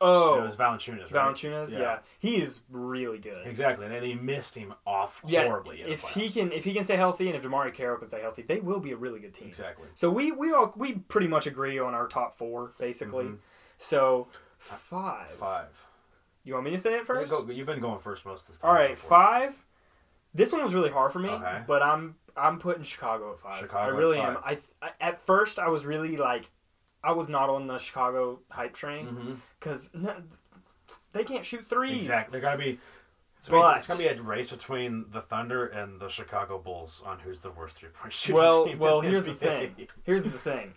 Speaker 3: oh,
Speaker 4: it was Valanciunas. Right?
Speaker 3: Valanciunas. Yeah. he is really good.
Speaker 4: exactly. And they missed him off
Speaker 3: Yeah,
Speaker 4: horribly. In
Speaker 3: if
Speaker 4: the
Speaker 3: he
Speaker 4: playoffs.
Speaker 3: can, if he can stay healthy, and if Damari Carroll can stay healthy, they will be a really good team.
Speaker 4: exactly.
Speaker 3: So we we all we pretty much agree on our top four basically. So five.
Speaker 4: Mm-hmm. Uh, Five.
Speaker 3: You want me to say it
Speaker 4: You
Speaker 3: first?
Speaker 4: go- you've been going first most of this time.
Speaker 3: All right,
Speaker 4: Go for it.
Speaker 3: five. This one was really hard for me,
Speaker 4: Okay.
Speaker 3: but I'm I'm putting Chicago at five.
Speaker 4: Chicago
Speaker 3: I
Speaker 4: at
Speaker 3: really
Speaker 4: five.
Speaker 3: am. I, th- I at first I was really like, I was not on the Chicago hype train
Speaker 4: Mhm.
Speaker 3: because they can't shoot threes.
Speaker 4: Exactly. They're gonna be. It's,
Speaker 3: But-
Speaker 4: gonna be- it's gonna be a race between the Thunder and the Chicago Bulls on who's the worst three point shooting
Speaker 3: Well,
Speaker 4: (laughs) team. in
Speaker 3: well, here's the
Speaker 4: NBA.
Speaker 3: thing. Here's the thing.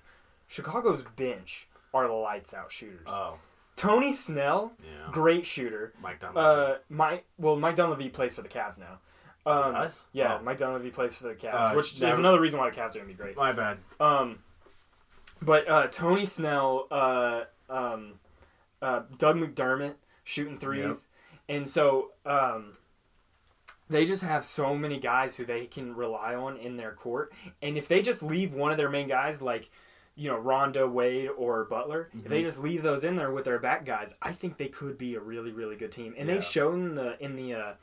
Speaker 3: Chicago's bench are lights out shooters.
Speaker 4: (laughs) Oh,
Speaker 3: Tony Snell,
Speaker 4: Yeah.
Speaker 3: great shooter.
Speaker 4: Mike Dunleavy.
Speaker 3: Uh, my well, Mike Dunleavy plays for the Cavs now. Um,
Speaker 4: does?
Speaker 3: Yeah,
Speaker 4: Oh.
Speaker 3: Mike Dunleavy plays for the Cavs,
Speaker 4: Uh,
Speaker 3: which
Speaker 4: now-
Speaker 3: is another reason why the Cavs are gonna be great.
Speaker 4: My bad.
Speaker 3: Um, but uh, Tony Snell, uh, um, uh, Doug McDermott shooting threes, and so um, they just have so many guys who they can rely on in their court. And if they just leave one of their main guys, like you know Rondo, Wade, or Butler, if they just leave those in there with their back guys, I think they could be a really really good team. And
Speaker 4: Yeah.
Speaker 3: they've shown in the in the uh,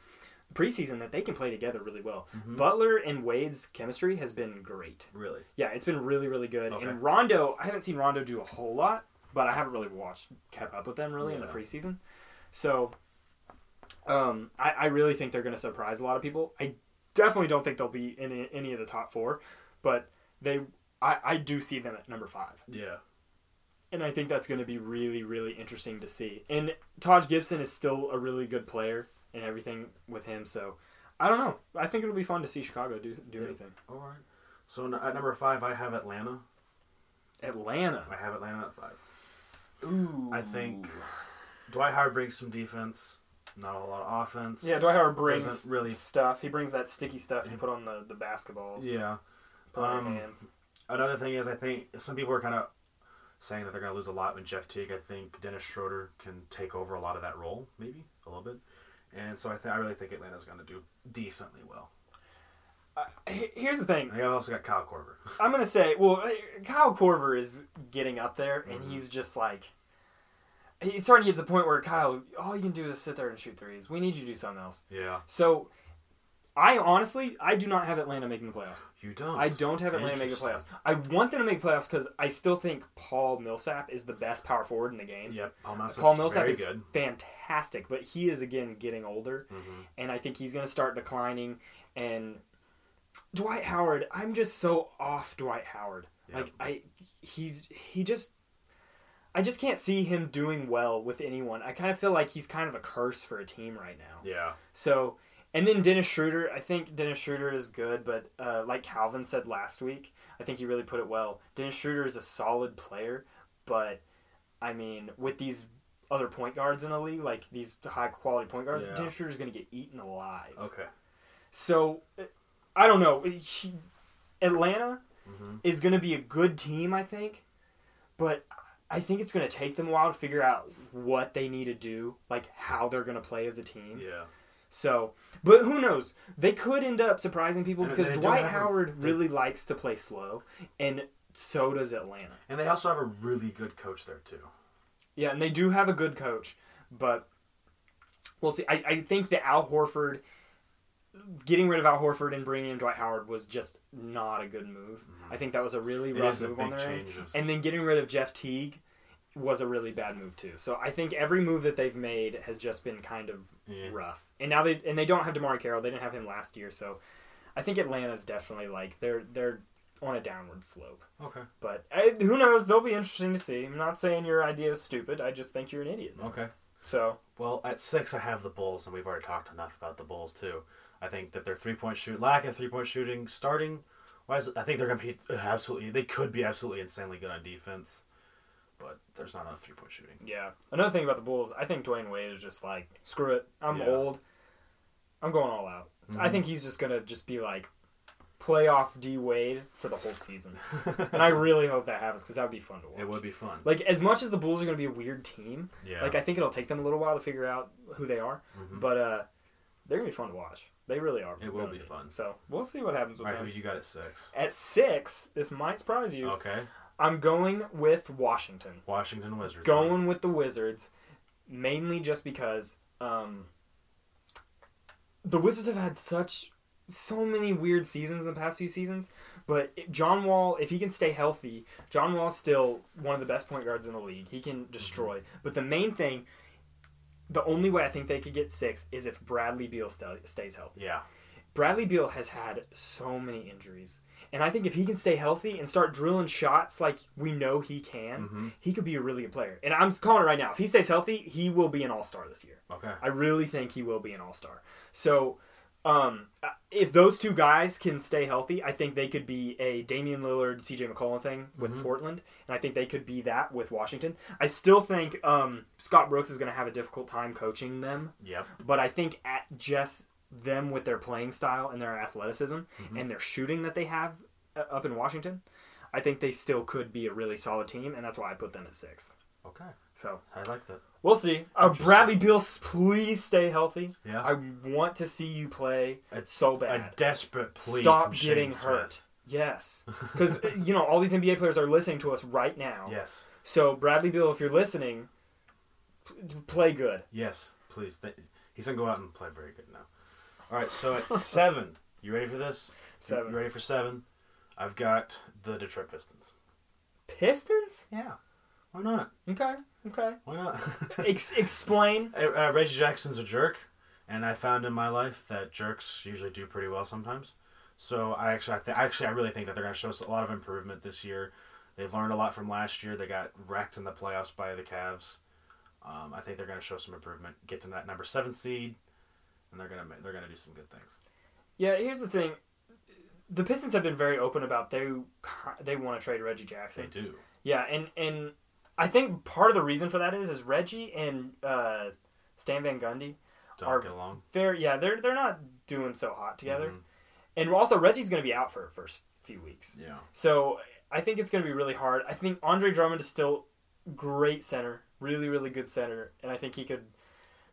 Speaker 3: preseason that they can play together really well. Butler and Wade's chemistry has been great.
Speaker 4: Really?
Speaker 3: Yeah, it's been really, really good.
Speaker 4: Okay.
Speaker 3: And Rondo, I haven't seen Rondo do a whole lot, but I haven't really watched, kept up with them really in the
Speaker 4: Yeah.
Speaker 3: preseason. So, um, I, I really think they're going to surprise a lot of people. I definitely don't think they'll be in a- any of the top four, but they, I, I do see them at number five,
Speaker 4: Yeah.
Speaker 3: and I think that's going to be really, really interesting to see. And Taj Gibson is still a really good player and everything with him. So, I don't know. I think it'll be fun to see Chicago do do anything.
Speaker 4: All right. So n- at number five, I have Atlanta.
Speaker 3: Atlanta.
Speaker 4: I have Atlanta at five.
Speaker 3: Ooh.
Speaker 4: I think Dwight Howard brings some defense, not a lot of offense.
Speaker 3: Yeah, Dwight Howard brings
Speaker 4: Doesn't really-
Speaker 3: stuff. He brings that sticky stuff you put on the, the basketballs.
Speaker 4: Yeah.
Speaker 3: put on
Speaker 4: Um,
Speaker 3: your hands.
Speaker 4: another thing is I think some people are kind of saying that they're going to lose a lot when Jeff Teague. I think Dennis Schroeder can take over a lot of that role, maybe a little bit. And so I think I really think Atlanta's going to do decently well.
Speaker 3: He- Here's the thing.
Speaker 4: And they also got Kyle Korver.
Speaker 3: I'm gonna say, well, uh, Kyle Corver is getting up there, and
Speaker 4: Mm-hmm.
Speaker 3: he's just like, he's starting to get to the point where Kyle, all you can do is sit there and shoot threes. We need you to do something else.
Speaker 4: Yeah.
Speaker 3: So, I honestly, I do not have Atlanta making the playoffs.
Speaker 4: You don't.
Speaker 3: I don't have Atlanta making the playoffs.
Speaker 4: Oh, Interesting.
Speaker 3: I want them to make playoffs because I still think Paul Millsap is the best power forward in the game.
Speaker 4: Yep, Paul Millsap.
Speaker 3: Paul Millsap
Speaker 4: very
Speaker 3: is
Speaker 4: good. Mm-hmm.
Speaker 3: fantastic, but he is again getting older, and I think he's going to start declining. And Dwight Howard, I'm just so off Dwight Howard. Like I, he's he just, I just can't see him doing well with anyone. I kind of feel like he's kind of a curse for a team right now.
Speaker 4: Yeah.
Speaker 3: So, and then Dennis Schroeder, I think Dennis Schroeder is good, but uh, like Calvin said last week, I think he really put it well. Dennis Schroeder is a solid player, but I mean, with these other point guards in the league, like these high quality point guards,
Speaker 4: Yeah.
Speaker 3: Dennis Schroeder is going to get eaten alive.
Speaker 4: Okay.
Speaker 3: So, uh, I don't know. He- Atlanta is going to be a good team, I think, but I think it's going to take them a while to figure out what they need to do, like how they're going to play as a team.
Speaker 4: Yeah.
Speaker 3: So, but who knows? They could end up surprising people
Speaker 4: And
Speaker 3: because
Speaker 4: they don't
Speaker 3: Dwight
Speaker 4: have a-
Speaker 3: Howard really likes to play slow, and so does Atlanta.
Speaker 4: And they also have a really good coach there too.
Speaker 3: Yeah, and they do have a good coach, but we'll see. I, I think that Al Horford, getting rid of Al Horford and bringing in Dwight Howard was just not a good move. I think that was a really
Speaker 4: Mm-hmm. It
Speaker 3: rough
Speaker 4: is a
Speaker 3: move on
Speaker 4: big
Speaker 3: their end.
Speaker 4: change of-
Speaker 3: And then getting rid of Jeff Teague was a really bad move too. So I think every move that they've made has just been kind of
Speaker 4: Yeah.
Speaker 3: rough. And now they and they don't have Damari Carroll. They didn't have him last year, so I think Atlanta's definitely like they're they're on a downward slope.
Speaker 4: Okay.
Speaker 3: But eh, who knows? They'll be interesting to see. I'm not saying your idea is stupid. I just think you're an idiot.
Speaker 4: Okay.
Speaker 3: So
Speaker 4: Well, at six, I have the Bulls, and we've already talked enough about the Bulls too. I think that their three-point shoot lack of three-point shooting starting wise, I think they're going to be (sighs) absolutely. They could be absolutely insanely good on defense, but there's not enough three-point shooting.
Speaker 3: yeah. Another thing about the Bulls, I think Dwayne Wade is just like screw it. I'm
Speaker 4: Yeah. Mm-hmm.
Speaker 3: old. I'm going all out. I think he's just gonna just be like playoff D Wade for the whole season,
Speaker 4: (laughs)
Speaker 3: and I really hope that happens because that would be fun to watch.
Speaker 4: It would be fun.
Speaker 3: Like as much as the Bulls are going to be a weird team,
Speaker 4: Yeah. Mm-hmm.
Speaker 3: Like I think it'll take them a little while to figure out who they are, but uh, they're gonna be fun to watch. They really are.
Speaker 4: It will
Speaker 3: gonna
Speaker 4: be fun.
Speaker 3: So we'll see what happens
Speaker 4: All
Speaker 3: with
Speaker 4: right, who
Speaker 3: them.
Speaker 4: you got at six?
Speaker 3: At six, this might surprise you.
Speaker 4: Okay.
Speaker 3: I'm going with Washington.
Speaker 4: Washington Wizards.
Speaker 3: Going with the Wizards, mainly just because um, the Wizards have had such so many weird seasons in the past few seasons. But if- John Wall, if he can stay healthy, John Wall's still one of the best point guards in the league. He can destroy. But the main thing, the only way I think they could get six is if Bradley Beal sta- stays healthy.
Speaker 4: Yeah.
Speaker 3: Bradley Beal has had so many injuries. And I think if he can stay healthy and start drilling shots like we know he can, he could be a really good player. And I'm calling it right now. If he stays healthy, he will be an all star this year.
Speaker 4: Okay.
Speaker 3: I really think he will be an all star. So, um, uh, if those two guys can stay healthy, I think they could be a Damian Lillard, CJ McCollum thing with Portland, and I think they could be that with Washington. I still think um, Scott Brooks is going to have a difficult time coaching them,
Speaker 4: Yep.
Speaker 3: but I think at just them with their playing style and their athleticism
Speaker 4: Mm-hmm.
Speaker 3: and their shooting that they have uh, up in Washington, I think they still could be a really solid team, and that's why I put them at sixth.
Speaker 4: Okay.
Speaker 3: So
Speaker 4: I like that.
Speaker 3: We'll see. Uh,
Speaker 4: Interesting.
Speaker 3: Bradley Beal, s- please stay healthy.
Speaker 4: Yeah.
Speaker 3: I want to see you play
Speaker 4: It's
Speaker 3: so
Speaker 4: A
Speaker 3: bad.
Speaker 4: desperate plea.
Speaker 3: Stop
Speaker 4: from Shane
Speaker 3: getting
Speaker 4: Smith.
Speaker 3: hurt.
Speaker 4: (laughs)
Speaker 3: Yes, because you know all these NBA players are listening to us right now.
Speaker 4: Yes.
Speaker 3: So Bradley Beal, if you're listening, p- play good.
Speaker 4: Yes. Please. Th- He's gonna go out and play very good now. All right. So at seven, you ready for this?
Speaker 3: Seven.
Speaker 4: You ready for seven? I've got the Detroit Pistons.
Speaker 3: Pistons.
Speaker 4: Yeah. Why not?
Speaker 3: Okay. Okay.
Speaker 4: Why not? (laughs)
Speaker 3: Ex- explain.
Speaker 4: Uh, uh, Reggie Jackson's a jerk, and I found in my life that jerks usually do pretty well sometimes. So I actually, I th- actually, I really think that they're going to show us a lot of improvement this year. They've learned a lot from last year. They got wrecked in the playoffs by the Cavs. Um, I think they're going to show some improvement, get to that number seven seed, and they're going to they're going to do some good things.
Speaker 3: Yeah. Here's the thing. The Pistons have been very open about they they want to trade Reggie Jackson.
Speaker 4: They do.
Speaker 3: Yeah, and and I think part of the reason for that is is Reggie and uh, Stan Van Gundy
Speaker 4: Don't
Speaker 3: Are-
Speaker 4: get along.
Speaker 3: they're yeah they're they're not doing so hot together,
Speaker 4: Mm-hmm.
Speaker 3: and also Reggie's going to be out for the first few weeks,
Speaker 4: Yeah.
Speaker 3: so I think it's going to be really hard. I think Andre Drummond is still great center, really really good center, and I think he could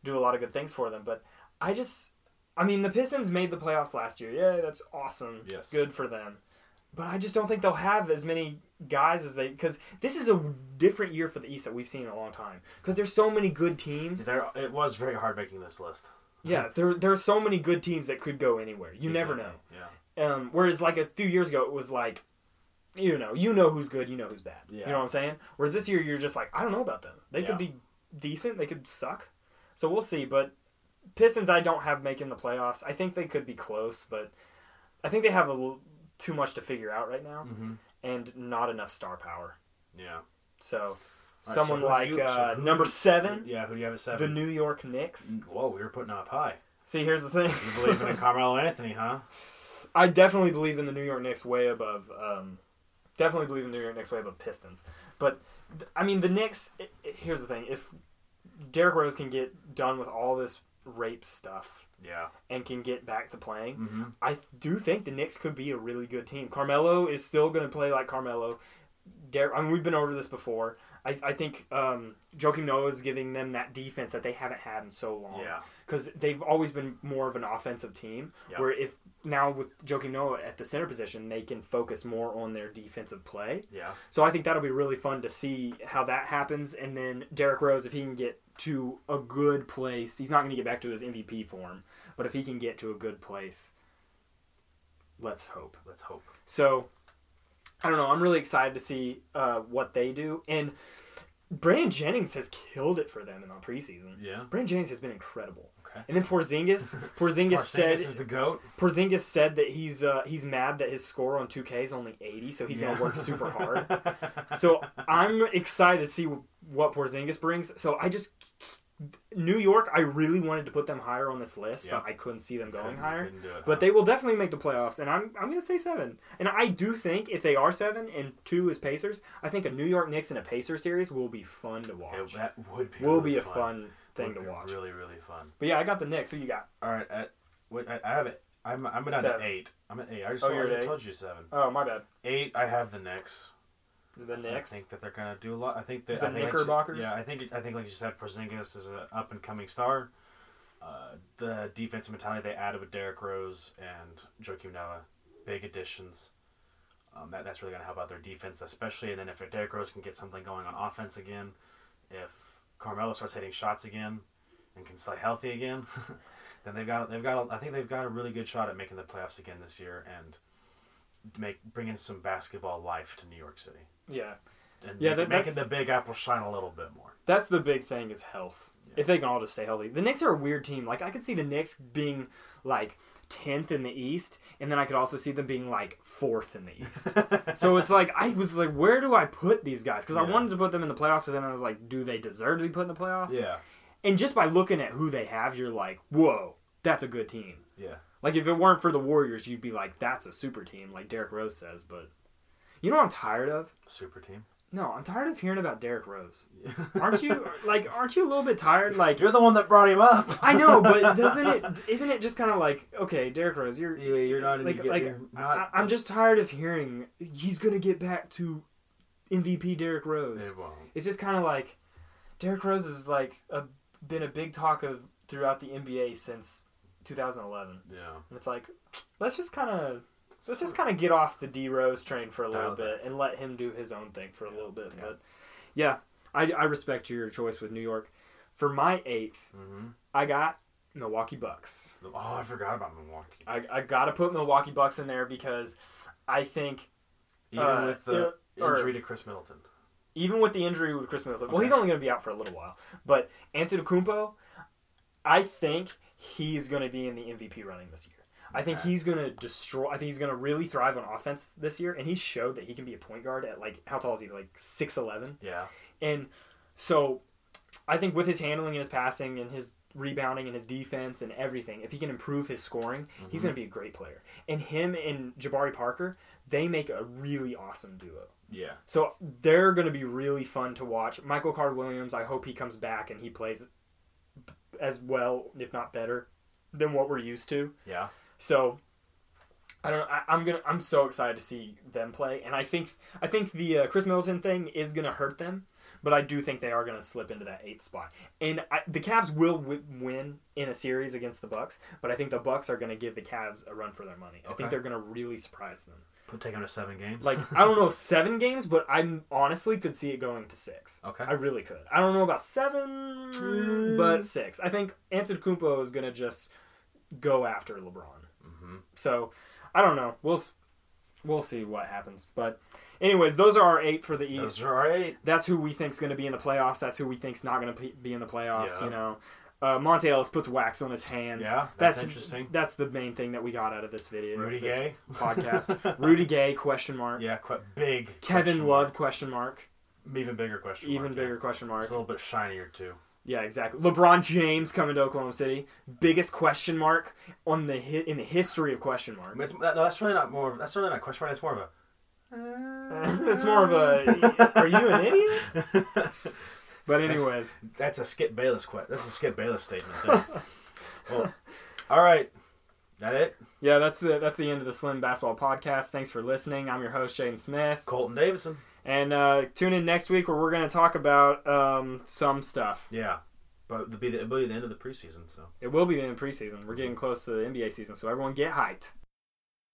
Speaker 3: do a lot of good things for them. But I just, I mean, the Pistons made the playoffs last year. Yeah, that's awesome.
Speaker 4: Yes.
Speaker 3: good for them. But I just don't think they'll have as many guys as they because this is a different year for the East that we've seen in a long time because there's so many good teams.
Speaker 4: There, it was very hard making this list.
Speaker 3: Yeah, there there are so many good teams that could go anywhere. You never know.
Speaker 4: Yeah.
Speaker 3: Um, whereas like a few years ago, it was like, you know, you know who's good, you know who's bad. You
Speaker 4: Yeah.
Speaker 3: know what I'm saying? Whereas this year, you're just like, I don't know about them. They
Speaker 4: Yeah.
Speaker 3: could be decent. They could suck. So we'll see. But Pistons, I don't have making the playoffs. I think they could be close, but I think they have a l- too much to figure out right now,
Speaker 4: Mm-hmm.
Speaker 3: and not enough star power.
Speaker 4: Yeah.
Speaker 3: So
Speaker 4: so
Speaker 3: someone
Speaker 4: who do
Speaker 3: like
Speaker 4: you- so
Speaker 3: uh,
Speaker 4: who do
Speaker 3: number
Speaker 4: you-
Speaker 3: seven,
Speaker 4: Yeah. Mm. Who do you have at
Speaker 3: the
Speaker 4: seven?
Speaker 3: New York Knicks.
Speaker 4: Whoa, we were putting up high.
Speaker 3: See, here's the thing. (laughs)
Speaker 4: You believe in a Carmelo Anthony, huh?
Speaker 3: I definitely believe in the New York Knicks way above. Um, definitely believe in the New York Knicks way above Pistons. But th- I mean, the Knicks. i i- here's the thing: if Derrick Rose can get done with all this rape stuff
Speaker 4: Yeah.
Speaker 3: and can get back to playing,
Speaker 4: Mm-hmm.
Speaker 3: I do think the Knicks could be a really good team. Carmelo is still going to play like Carmelo. Der- I mean, we've been over this before. I, I think um, Joakim Noah is giving them that defense that they haven't had in so long.
Speaker 4: Yeah.
Speaker 3: Because they've always been more of an offensive team.
Speaker 4: Yeah.
Speaker 3: Where if now with Joakim Noah at the center position, they can focus more on their defensive play.
Speaker 4: Yeah.
Speaker 3: So I think that'll be really fun to see how that happens. And then Derrick Rose, if he can get to a good place, he's not going to get back to his MVP form, but if he can get to a good place, let's hope.
Speaker 4: Let's hope.
Speaker 3: So I don't know. I'm really excited to see uh, what they do. And Brandon Jennings has killed it for them in the preseason.
Speaker 4: Yeah.
Speaker 3: Brandon Jennings has been incredible.
Speaker 4: Okay.
Speaker 3: And then
Speaker 4: (laughs)
Speaker 3: Porzingis, Porzingis said
Speaker 4: Porzingis is the goat.
Speaker 3: Porzingis said that he's uh, he's mad that his score on 2K is only 80, so he's
Speaker 4: Yeah.
Speaker 3: gonna work super
Speaker 4: (laughs)
Speaker 3: hard. so I'm excited to see what Porzingis brings. So I just New York, I really wanted to put them higher on this list,
Speaker 4: Yeah.
Speaker 3: but I couldn't see them going
Speaker 4: Couldn't-
Speaker 3: higher.
Speaker 4: couldn't do it, huh?
Speaker 3: But they will definitely make the playoffs, and I'm I'm gonna say seven. And I do think if they are seven and two is Pacers, I think a New York Knicks and a Pacers series will be fun to watch.
Speaker 4: It, that would be.
Speaker 3: will
Speaker 4: really
Speaker 3: be a
Speaker 4: fun,
Speaker 3: fun thing
Speaker 4: Would
Speaker 3: to
Speaker 4: be
Speaker 3: watch.
Speaker 4: Really, really fun.
Speaker 3: But yeah, I got the Knicks. Who you got?
Speaker 4: All right. At, what, I, I have it. I'm I'm down
Speaker 3: Seven.
Speaker 4: to eight. I'm at eight. I just
Speaker 3: Oh,
Speaker 4: told, I
Speaker 3: you're at
Speaker 4: just
Speaker 3: eight?
Speaker 4: told you seven.
Speaker 3: Oh my bad.
Speaker 4: Eight. I have the Knicks.
Speaker 3: The Knicks.
Speaker 4: I think that they're gonna do a lot. I think that
Speaker 3: The
Speaker 4: I think actually-
Speaker 3: Knickerbockers?
Speaker 4: yeah, I think I think like you said, Porzingis is an up and coming star. Uh, the defensive mentality they added with Derrick Rose and Joakim Noah, big additions. Um, that that's really gonna help out their defense, especially. And then if Derrick Rose can get something going on offense again, if Carmelo starts hitting shots again, and can stay healthy again, (laughs) then they've got they've got I think they've got a really good shot at making the playoffs again this year and make bringing some basketball life to New York City
Speaker 3: yeah.
Speaker 4: and
Speaker 3: Yeah,
Speaker 4: make-
Speaker 3: that-
Speaker 4: making
Speaker 3: that's-
Speaker 4: the Big Apple shine a little bit more.
Speaker 3: That's the big thing is health. If they can all just stay healthy. The Knicks are a weird team. Like I could see the Knicks being like 10th in the East and then I could also see them being like 4th in the
Speaker 4: (laughs)
Speaker 3: East. so it's like I was like where do I put these guys? Cuz I
Speaker 4: Yeah.
Speaker 3: wanted to put them in the playoffs but then I was like do they deserve to be put in the playoffs?
Speaker 4: Yeah,
Speaker 3: And just by looking at who they have you're like whoa, that's a good team.
Speaker 4: yeah,
Speaker 3: Like if it weren't for the Warriors you'd be like that's a super team like Derrick Rose says, but you know what I'm tired of?
Speaker 4: super team.
Speaker 3: No, I'm tired of hearing about Derrick Rose. Aren't
Speaker 4: (laughs)
Speaker 3: you like aren't you a little bit tired like
Speaker 4: You're the one that brought him up.
Speaker 3: I know, but doesn't it? Isn't it just kind of like okay, Derrick Rose, you're
Speaker 4: (laughs) yeah, you're not
Speaker 3: like like
Speaker 4: not.
Speaker 3: I, I'm just tired of hearing he's gonna get back to MVP Derrick Rose.
Speaker 4: it won't.
Speaker 3: It's just kind of like Derrick Rose is like a, been a big talk of throughout the NBA since 2011,
Speaker 4: Yeah,
Speaker 3: and it's like let's just kind of. Let's just kind of get off the D Rose train for a little
Speaker 4: Dial it
Speaker 3: bit and let him do his own thing for a little bit. But yeah, I, I respect your choice with New York. For my 8th
Speaker 4: Mm-hmm.
Speaker 3: I got Milwaukee Bucks.
Speaker 4: Oh, I forgot about Milwaukee.
Speaker 3: I, I gotta put Milwaukee Bucks in there because I think
Speaker 4: Even
Speaker 3: Uh,
Speaker 4: with the
Speaker 3: yeah, or-
Speaker 4: injury to Chris Middleton.
Speaker 3: even with the injury with Chris Middleton, well,
Speaker 4: Okay.
Speaker 3: he's only gonna be out for a little while. But Antetokounmpo, I think he's gonna be in the MVP running this year. I think
Speaker 4: Okay.
Speaker 3: he's gonna destroy. I think he's gonna really thrive on offense this year, and he showed that he can be a point guard at like how tall is he? Like six eleven.
Speaker 4: Yeah,
Speaker 3: And so I think with his handling and his passing and his rebounding and his defense and everything, if he can improve his scoring, he's
Speaker 4: Mm-hmm.
Speaker 3: going to be a great player. And him and Jabari Parker, they make a really awesome duo.
Speaker 4: yeah.
Speaker 3: So they're going to be really fun to watch. Michael Card Williams, I hope he comes back and he plays as well, if not better, than what we're used to.
Speaker 4: Yeah,
Speaker 3: So I don't. I, I'm gonna. I'm so excited to see them play, and I think I think the uh, Chris Middleton thing is gonna hurt them, but I do think they are gonna slip into that eighth spot. And I, the Cavs will w- win in a series against the Bucks, but I think the Bucks are gonna give the Cavs a run for their money. I
Speaker 4: Okay.
Speaker 3: think they're gonna really surprise them.
Speaker 4: Put take him to seven games.
Speaker 3: Like I don't know seven games, but I honestly could see it going to six.
Speaker 4: Okay.
Speaker 3: I really could. I don't know about seven, but six. I think Antetokounmpo is gonna just go after LeBron.
Speaker 4: Mm-hmm.
Speaker 3: So I don't know. We'll s- we'll see what happens. But anyways, those are our eight for the East.
Speaker 4: those are eight.
Speaker 3: That's who we think's gonna be in the playoffs. That's who we think's not gonna pe- be in the playoffs.
Speaker 4: Yeah.
Speaker 3: You know. Uh, Monte Ellis puts wax on his hands.
Speaker 4: Yeah, that's interesting.
Speaker 3: That's the main thing that we got out of this video,
Speaker 4: Rudy
Speaker 3: this
Speaker 4: Gay?
Speaker 3: podcast. Rudy Gay question mark.
Speaker 4: (laughs) Yeah, quite big.
Speaker 3: Kevin
Speaker 4: question
Speaker 3: Love question mark.
Speaker 4: mark. Even bigger question.
Speaker 3: Even
Speaker 4: mark, yeah.
Speaker 3: bigger question mark.
Speaker 4: It's a little bit shinier too.
Speaker 3: yeah, exactly. LeBron James coming to Oklahoma City. Biggest question mark on the hi- in the history of question
Speaker 4: I mean,
Speaker 3: marks.
Speaker 4: it's, that, no, that's really not more. That's really not a question mark. That's more of
Speaker 3: (laughs)
Speaker 4: a.
Speaker 3: it's more of a are you an
Speaker 4: (laughs)
Speaker 3: idiot? But anyways,
Speaker 4: That's a Skip Bayless question. That's a Skip Bayless statement. there. (laughs) well, all right. That it?
Speaker 3: yeah, that's the that's the end of the Slim Basketball Podcast. Thanks for listening. I'm your host Shaden Smith,
Speaker 4: Colton Davidson.
Speaker 3: and uh, tune in next week where we're going to talk about um, some stuff.
Speaker 4: Yeah, but it'll be the, it'll be the end of the preseason. So.
Speaker 3: It will be in preseason. We're getting close to the NBA season, so everyone get hyped.